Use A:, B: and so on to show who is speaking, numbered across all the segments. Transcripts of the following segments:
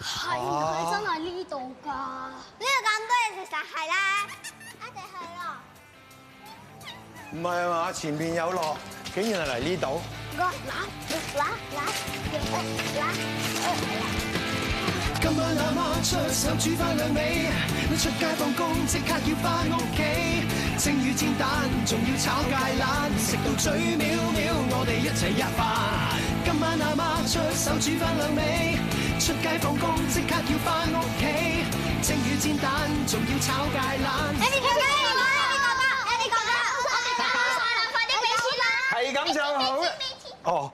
A: 係佢真係呢度㗎。
B: 呢度咁多嘢食實係啦，一定係咯。
C: 唔係啊嘛，前面有落，竟然係嚟呢度。
B: 我嗱嗱嗱嗱，
D: 今晚阿媽出手煮翻兩味，你出街放工即刻要翻屋企，蒸魚煎蛋仲要炒芥蘭，食到嘴藐藐，我哋一齊吔飯。今晚阿媽出手煮翻兩味，出街放工即刻要翻屋企，蒸魚煎蛋仲要炒芥蘭。
B: 你哋講啦，你哋講啦，你哋講啦，我哋講晒啦，快啲俾錢啦！
C: 係咁就好啦。哦，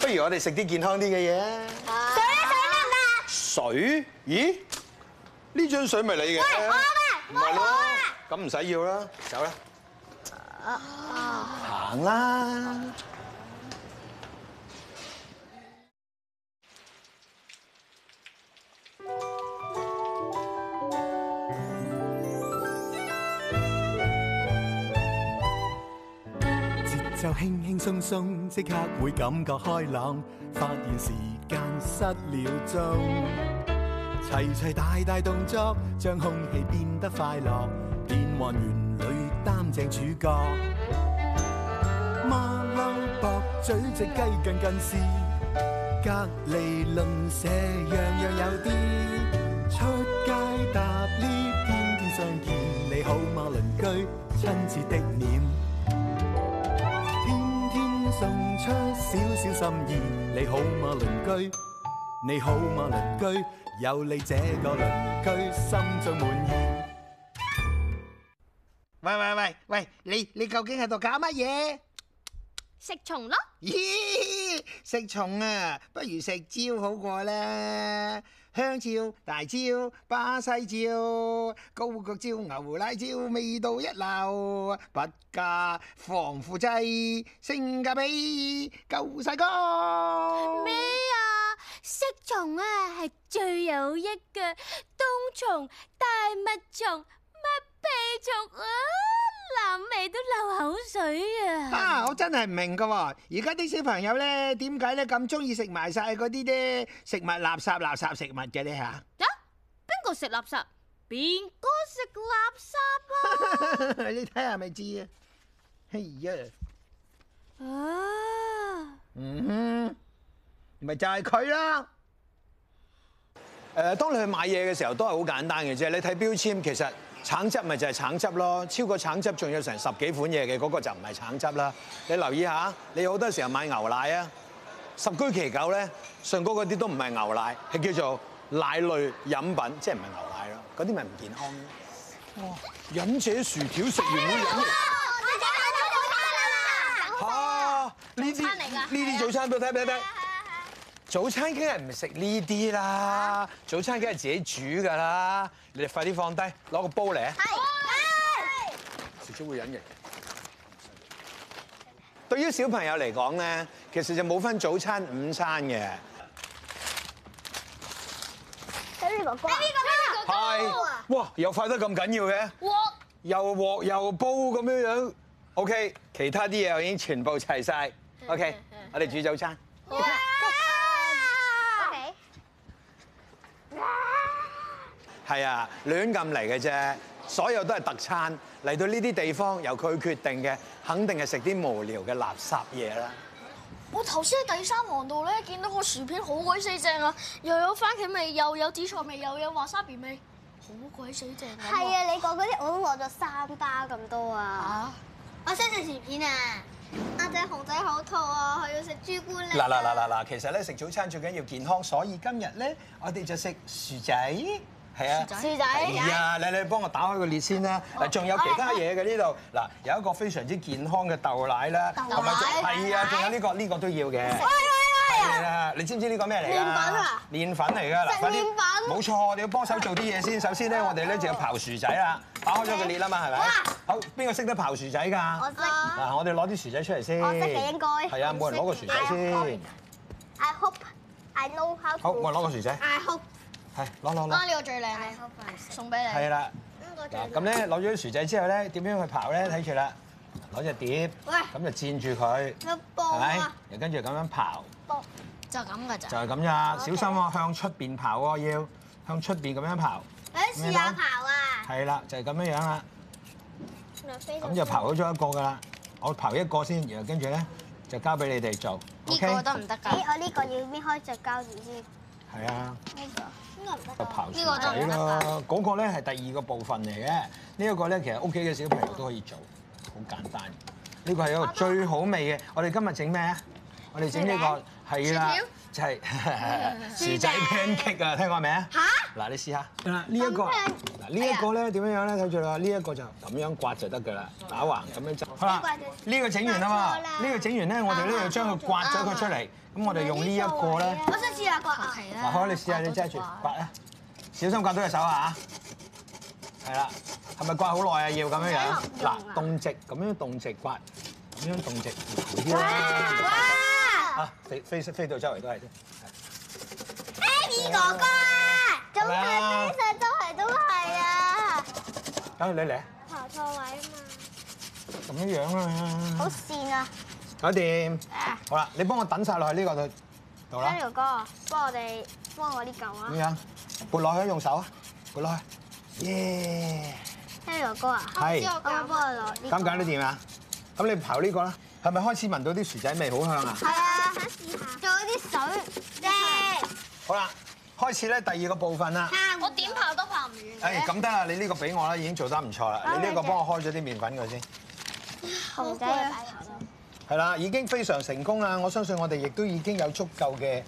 C: 不如我哋食啲健康啲嘅嘢啊。
B: 水咧水得唔得啊？
C: 水？咦？呢樽水咪你嘅？
B: 喂我嘅
C: 唔
B: 我
C: 係咯
B: 攞啊，
C: 咁唔使要啦，走啦。行啦。
D: 節奏輕輕鬆鬆，即刻會感覺開朗，發現時間失了蹤。齊齊大大動作，將空氣變得快樂，變幻園裏擔正主角。馬騮駁嘴隻雞近近視，隔離鄰舍樣樣有啲。出街搭 lift，天天相見，你好嗎鄰居？親切的臉。天天送出少少心意，你好嗎鄰居？你好嗎鄰居？有你這個鄰居，心中滿意。
E: 喂喂喂喂，你你究竟喺度搞乜嘢？
A: 食蟲咯，
E: 咦，食蟲啊，不如食蕉好過啦。香蕉、大蕉、巴西蕉、高腳蕉、牛奶蕉，味道一流。不加防腐劑，性價比夠晒高。
A: 咩啊？食蟲啊係最有益嘅，冬蟲、大蜜蟲、蜜屁蟲啊，諗味都流口水啊！
E: 啊！我真係唔明噶喎，而家啲小朋友咧點解咧咁中意食埋晒嗰啲咧食物垃圾垃圾食物嘅咧嚇？
A: 啊，邊個食垃圾？邊個食垃圾啊？
E: 你睇下咪知啊！哎呀，
A: 啊！
E: 嗯哼，咪就係佢啦。
C: 誒，當你去買嘢嘅時候都係好簡單嘅啫。你睇標籤，其實橙汁咪就係橙汁咯。超過橙汁仲有成十幾款嘢嘅，嗰、個就唔係橙汁啦。你留意下，你好多時候買牛奶啊，十居其九咧，上高嗰啲都唔係牛奶，係叫做奶類飲品，即係唔係牛奶咯。嗰啲咪唔健康咯。哇！忍者薯條食完會飲嘅
B: 我哋睇到早餐啦嘛，
C: 嚇，啊呢啲
A: 餐嚟㗎
C: 呢啲早餐俾我睇俾我睇。早餐梗係唔食呢啲啦，早餐梗係自己煮㗎啦。你哋快啲放低，攞個煲嚟啊！
B: 係。
C: 食咗會隱形。對於小朋友嚟講咧，其實就冇分早餐、午餐嘅。
B: 睇呢個哥，呢個
C: 係，哇，又快得咁緊要嘅，
A: 鑊
C: 又鑊又煲咁樣樣。OK，其他啲嘢我已經全部齊晒。OK，我哋煮早餐。
B: 哇！OK，
C: 係啊，亂咁嚟嘅啫，所有都係特餐。嚟到呢啲地方由佢決定嘅，肯定係食啲無聊嘅垃圾嘢啦。
A: 我頭先喺第三行度咧，見到個薯片好鬼死正啊！又有番茄味，又有紫菜味，又有 wasabi 味，好鬼死正啊！
B: 係啊！你講嗰啲我都攞咗三包咁多啊！
A: 啊！
B: 我想食薯片啊！阿仔熊仔好肚啊，佢要食朱古力。
C: 嗱嗱嗱嗱嗱， 其實咧食早餐最緊要健康，所以今日咧我哋就食薯仔，哦係啊。
B: 薯
C: 係
B: 仔，
C: 啊，你你幫我打開個列先啦。嗱，仲有其他嘢嘅呢度，嗱有一個非常之健康嘅豆奶啊啦，
B: 豆奶
C: 同埋仲
B: 豆奶
C: 係啊，仲有呢個呢個都要嘅。係啦，你知唔知呢個咩嚟㗎？
B: 麵粉啊！
C: 麵粉嚟㗎嗱，
B: 食
C: 快啲
B: 麵粉啊
C: 冇錯，你要幫手做啲嘢先。首先咧，我哋咧就要刨薯仔啦，打開咗個列啦嘛，係咪
B: 哇？
C: 好，邊個識得刨薯仔㗎？
B: 我識。
C: 嗱，我哋攞啲薯仔出嚟先。
B: 我識嘅應該
C: 係啊，冇人攞個薯仔先。
B: I hope I know how to。
C: 好，我攞個薯仔，
B: I hope
C: 係攞攞攞。
A: 呢個最靚
B: I
A: 啊，
B: hope Ừ, I 食。
A: 送俾你。
C: 係啦，
B: 呢個最
C: 嗱
B: 靚
C: 咁咧攞咗啲薯仔之後咧，點樣去刨咧？睇住啦，攞隻碟，
B: 喂
C: 咁就攢住佢，
B: 個
C: 係
B: 波
C: 咪
B: 啊，？
C: 又跟住咁樣刨，
B: 波
F: 就咁噶
E: 就
F: 咋？
E: 係咁咋，小
F: OK
E: 心喎，向出邊刨喎，要向出邊咁樣刨，
F: 誒試下刨
B: à.
F: 啊！
E: 係啦，就係咁樣樣啦，咁
F: 咁
E: 就刨咗咗一個噶啦，我刨一個先，然後跟住咧就交俾你哋做
F: 呢
E: ，OK？
F: 個得唔得
B: 咦，
F: 㗎？
B: 我呢個要搣開隻膠紙先，
E: 係啊。
B: 呢個
F: 應該唔
E: 就
F: 得㗎。
E: 刨
F: 呢
E: 薯
F: 個得
E: 仔
F: 唔得㗎？
E: 咯，嗰個咧係第二個部分嚟嘅。呢一個咧其實屋企嘅小朋友都可以做，好簡單。呢個係一個最好味嘅。我哋今日整咩啊？我哋整呢個係啦，就係嗯 薯仔 pancake 啊！聽過未啊？嚇！嗱，你試下嗱呢一個嗱呢一個咧點樣樣咧？睇住啦，呢一個就咁樣刮就得㗎啦，打橫咁樣就好啦。呢個整完啦嘛，呢個整完咧，我哋咧就將佢刮咗佢出嚟。咁我哋用啊呢一個咧。
F: 我想試下個牙皮
E: 嗱，
F: 啦。
E: 好，你試下你揸住刮啊，小心刮到隻手啊嚇！係啦，係咪刮好耐啊？要咁樣樣嗱，動直咁樣動直刮，咁樣動直好啲啦。
F: 哇！
E: 啊，飛飛飛到周圍都係啫。
F: Andy 哥哥啊，
B: 咁佢飛上周圍都係啊，
E: 等你嚟啊，
B: 刨錯位啊嘛，
E: 咁樣樣
B: 好
E: 啊，
B: 跣啊！
E: 搞掂。
B: À,
E: 好啦，你幫我等晒落去呢個度度啦。
B: Daniel 哥，幫我哋幫我呢嚿啊
E: 咁樣撥落去，用手啊，撥落去。耶，
B: ，Daniel 哥啊，
E: 係
B: 我可唔可以幫我攞呢個？
E: 咁搞得掂啊？咁你刨呢個啦，係咪開始聞到啲薯仔味好香啊？
B: 係啊，想試下。
F: 仲有啲水啫。
E: 好啦，開始咧第二個部分啦。
F: 我點刨都刨唔完
B: 哎
E: 誒
F: 嘅。
E: 哎咁得啦，你呢個俾我啦，已經做得唔錯啦。你呢個幫我開咗啲麵粉佢先，
B: 熊仔嘅擺頭咯
E: 係啦，已經非常成功啦。我相信我哋亦都已經有足夠嘅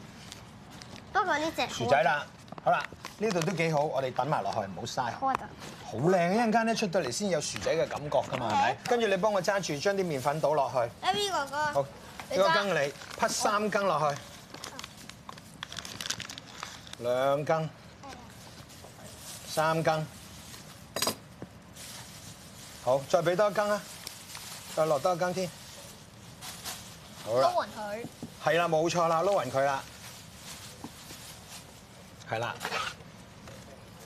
B: 不過呢只
E: 薯仔啦。好啦，呢度都幾好，我哋等埋落去，唔好嘥。
B: 啊好啊，得
E: 好靚，一陣間咧出到嚟先有薯仔嘅感覺㗎嘛，係
B: 啊
E: 咪？跟住你幫我揸住將啲麵粉倒落去，
F: Andy 哥哥。
E: 好，呢個羹你匹三羹落去，兩羹，三羹，好，再俾多一羹啊，再落多一羹添，好啦。
F: 都允佢。
E: 係啦，冇錯啦，撈勻佢啦，係啦。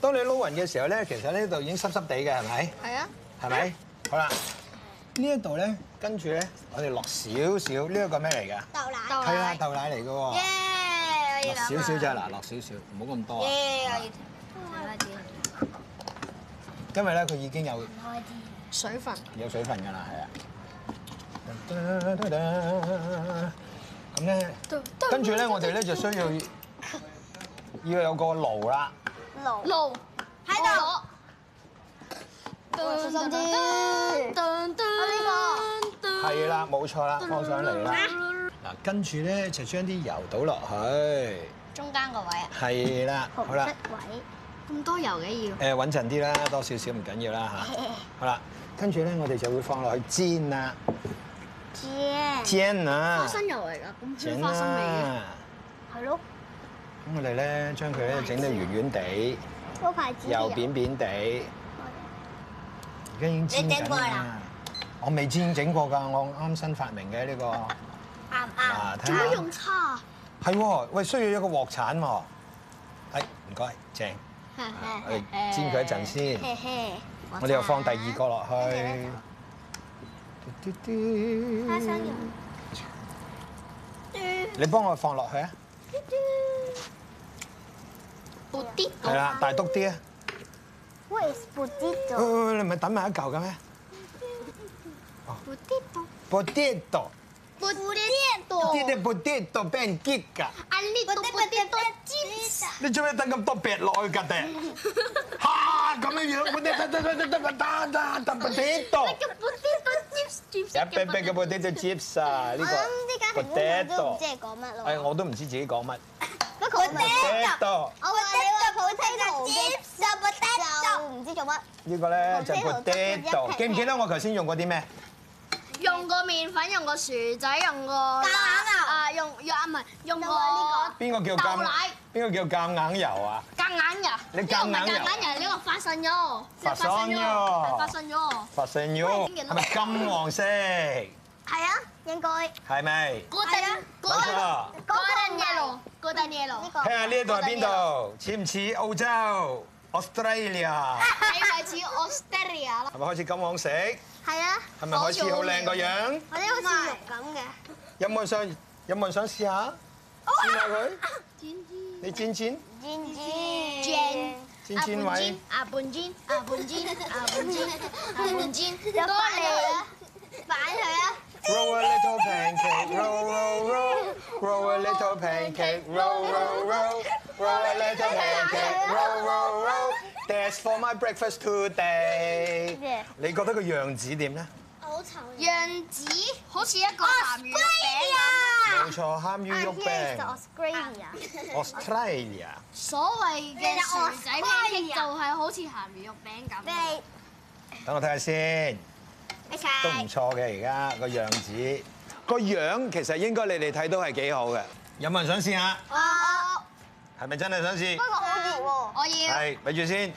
E: 當你撈勻嘅時候咧，其實呢度已經濕濕地嘅，係咪？
F: 係啊。
E: 係咪？好啦，呢一度咧，跟住咧，我哋落少少呢一個咩嚟㗎？
F: 豆奶。豆
E: 係啊，
F: 奶。
E: 豆奶嚟嘅喎。
F: 耶！
E: 落
F: 我要
E: 少少咋，嗱，落少少，唔好咁多啊。
F: 耶！我要。
E: 因為咧，佢已經有
F: 水分。
E: 有水分㗎啦，係啊。咁咧，跟住咧，我哋咧就需要要有個爐啦。
B: 爐
F: 路喺度。小心啲。
E: 係啦，冇錯啦，放上嚟啦。嗱，跟住咧就將啲油倒落去，
F: 中間個位啊。
E: 係啦，好啦，
B: 位。
F: 咁多油嘅要。
E: 誒穩陣啲啦，多少少唔緊要啦嚇。好啦，跟住咧我哋就會放落去煎啦，
B: 姐，
E: 煎啊，
F: 哦油嚟㗎，咁
E: 整啦。
B: 係咯，
E: 咁我哋咧將佢咧整到圓圓地，
B: 嗰牌子
E: 又
F: 啊
E: 扁扁地，而家已經煎
F: 你整
E: 緊
F: 過
E: 啦
F: 啦。
E: 我未煎整過㗎，我啱新發明嘅呢個。
F: 啱唔
E: 嗱
F: 啱？
E: 睇下
F: 點解用叉？
E: 係喎，喂，需要一個鑊鏟喎。係，唔該，正。我哋煎佢一陣先，
B: 嘿嘿，
E: 我哋又放第二個落去。嘟嘟嘟
B: 花生油，
E: 你幫我放落去啊！
F: 撥啲
E: 係啦，大篤啲啊！
B: 喂，布丁
E: 喂
B: 咗，
E: 喂喂，你唔係等埋一嚿嘅咩
B: 布丁咗，
E: ？Potato，potato，
F: 撥啲多
E: potato ben g i g 㗎！
F: 啊呢個撥啲多
E: 你做咩等咁多餅落去㗎？爹，嚇咁樣樣，potato，potato，potato，potato，一啤啤嘅 potato chips à, 啊！呢
B: 我諗呢家
E: 個
B: 庭觀眾都唔
E: potato，
B: 知係講乜
E: 哎，
B: 咯。
E: 我都唔知自己講乜。
B: 不過我明
E: potato
B: 我話你話布丁同嘅就唔知做乜，
E: 呢個咧就
B: potato 得個一
E: potato，
B: 劈
E: 記唔記得我頭先用過啲咩？
F: 用個麵粉，用個薯仔，用個
B: 橄欖油
F: 啊用用啊唔係用個
B: 用過呢
E: 邊個叫夾
F: 豆奶？
E: 邊個叫夾硬油啊？
F: 夾硬油，
E: 你
F: 呢個唔
E: 夾
F: 係
E: 硬油
F: 夾硬油，呢個發信咗，即係
E: 發信咗
F: 係發信咗，
E: 發信咗，係咪金黃色？係
B: 係啊，應該
E: 咪？
F: 嗰陣
E: 冇
F: 嗰陣
E: 錯。
F: 嗰陣 yellow，嗰陣 yellow，
B: 呢個
E: 睇下呢一度係邊度？似唔似澳洲？Australia
F: 睇嚟似 Australia 啦，
E: 係咪開始金黃色？係
B: 係啊，
E: 咪開始好靚個樣？
B: 我哋好似肉咁嘅，
E: 有冇人想有冇人想試下？
F: 哦
C: 煎下佢。你煎煎煎煎
F: 啊
C: 位，Roll a little pancake, roll, roll, roll. Roll a little pancake, roll, roll, roll. Roll a little pancake, roll, roll, roll. That's for my breakfast today. 你覺得個樣子點咧？冇錯，鹹魚肉餅，Australia。等我睇下先，都唔錯嘅而家個樣子。個樣其實應該你哋睇到係幾好嘅。有冇人想試下？係咪真係想試？係，咪住先。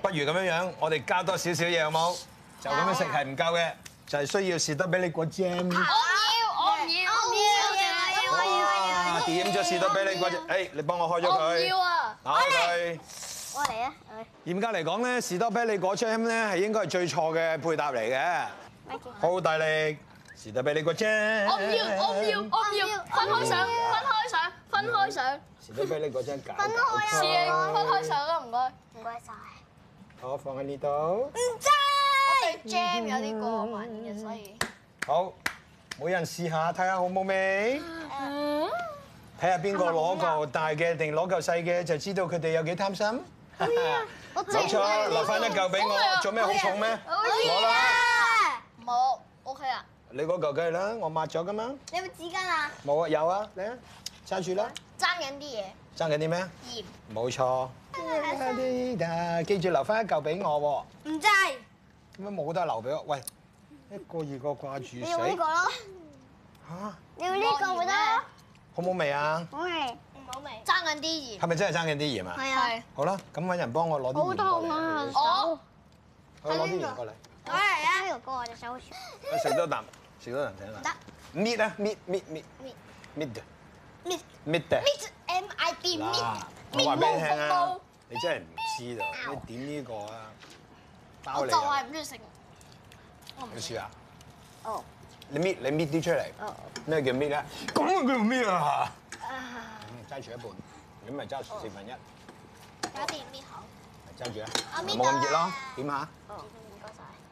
C: 不如咁樣樣，我哋加多少少嘢好冇？就咁樣食係唔夠嘅，就係需要士多啤梨果 jam。哇！點咗士多啤梨果 jam？誒，你幫我開咗佢，打開佢。嚴格嚟講咧，士多啤梨果 jam 咧係應該係最錯嘅配搭嚟嘅。好大力，士多啤梨果 jam。士多啤梨果 jam 搞搞錯好，放喺呢度。好，每人試下睇下好冇味。睇下邊個攞嚿大嘅定攞嚿細嘅，就知道佢哋有幾貪心。冇錯，留翻一嚿俾我，做咩好重咩？攞啦，你嗰嚿梗係啦，我抹咗噶嘛。冇啊，有啊，嚟啊，揸住啦，爭緊啲咩？冇錯。記住留翻一嚿俾我喎，點解冇得留俾我？喂，一個二個掛住死嚇，好冇味啊？係咪真係爭緊啲鹽啊？好啦，咁揾人幫我攞啲鹽過嚟。我攞啲鹽過嚟，我食多啖，食多啖睇下。搣啊，搣搣搣搣嘅，搣嘅。嗱，我話俾你聽啊，你真係唔知道，你點呢個啊？包你啊！你試下。
F: 哦。
C: 你搣你搣啲出嚟。咩叫搣咧？咁啊叫搣哦啊！嗯揸住一半，你咪揸四分一，咪揸住啦。哦冇咁熱咯，點下？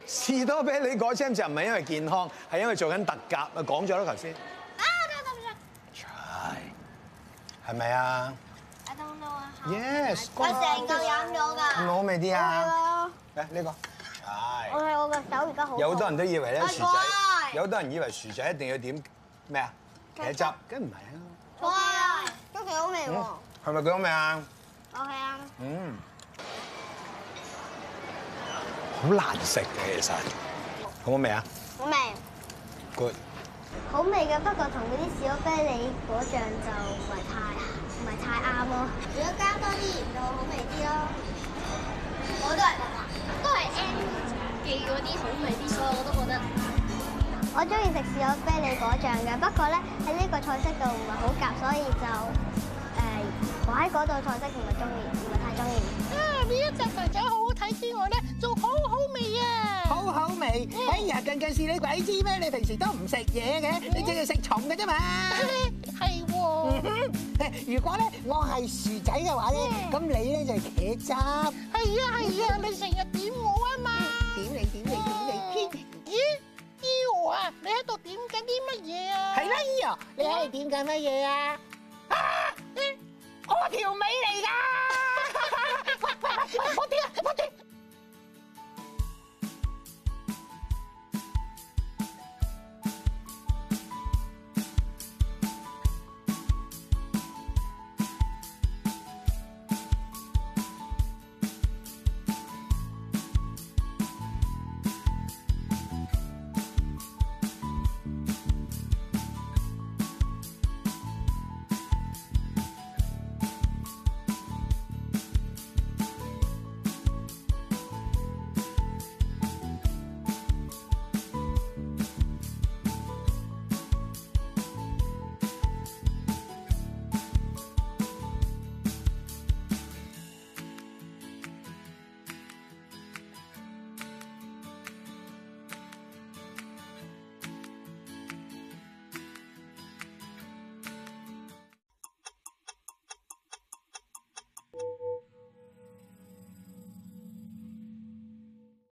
C: 士多啤梨果 jam 就唔係因為健康，係因為做緊特價。咪講咗啦頭先。係。係咪啊？Yes。唔好味啲啊！嚟呢個。係。有好多人都以為咧薯仔，有好多人以為薯仔一定要點咩啊？茄汁，梗唔係啊！嗯，係咪咁味啊？嗯，好難食嘅其實，好唔好味啊？Good，
B: 好味嘅，不過同嗰啲士多啤梨果醬就唔係太唔係太啱咯。如果加多啲鹽就好味啲咯。我都係咁啊，都係 N 記嗰啲好味啲，所以我都覺得。我中意食士多啤梨果醬嘅，不過咧喺呢個菜式度唔係好夾，所以就誒、我喺嗰度菜式唔係中意，唔係太中意。
E: 好好味。哎呀，近近視你鬼知咩？你平時都唔食嘢嘅，你淨係食蟲嘅啫嘛。嗯哼如果咧我係薯仔嘅話咧，咁你咧就係茄汁。係啊係啊，你成日點我啊哦嘛。點你點你點你。啊係啦，依啊，你喺度點緊乜嘢啊？啊，我條尾嚟㗎！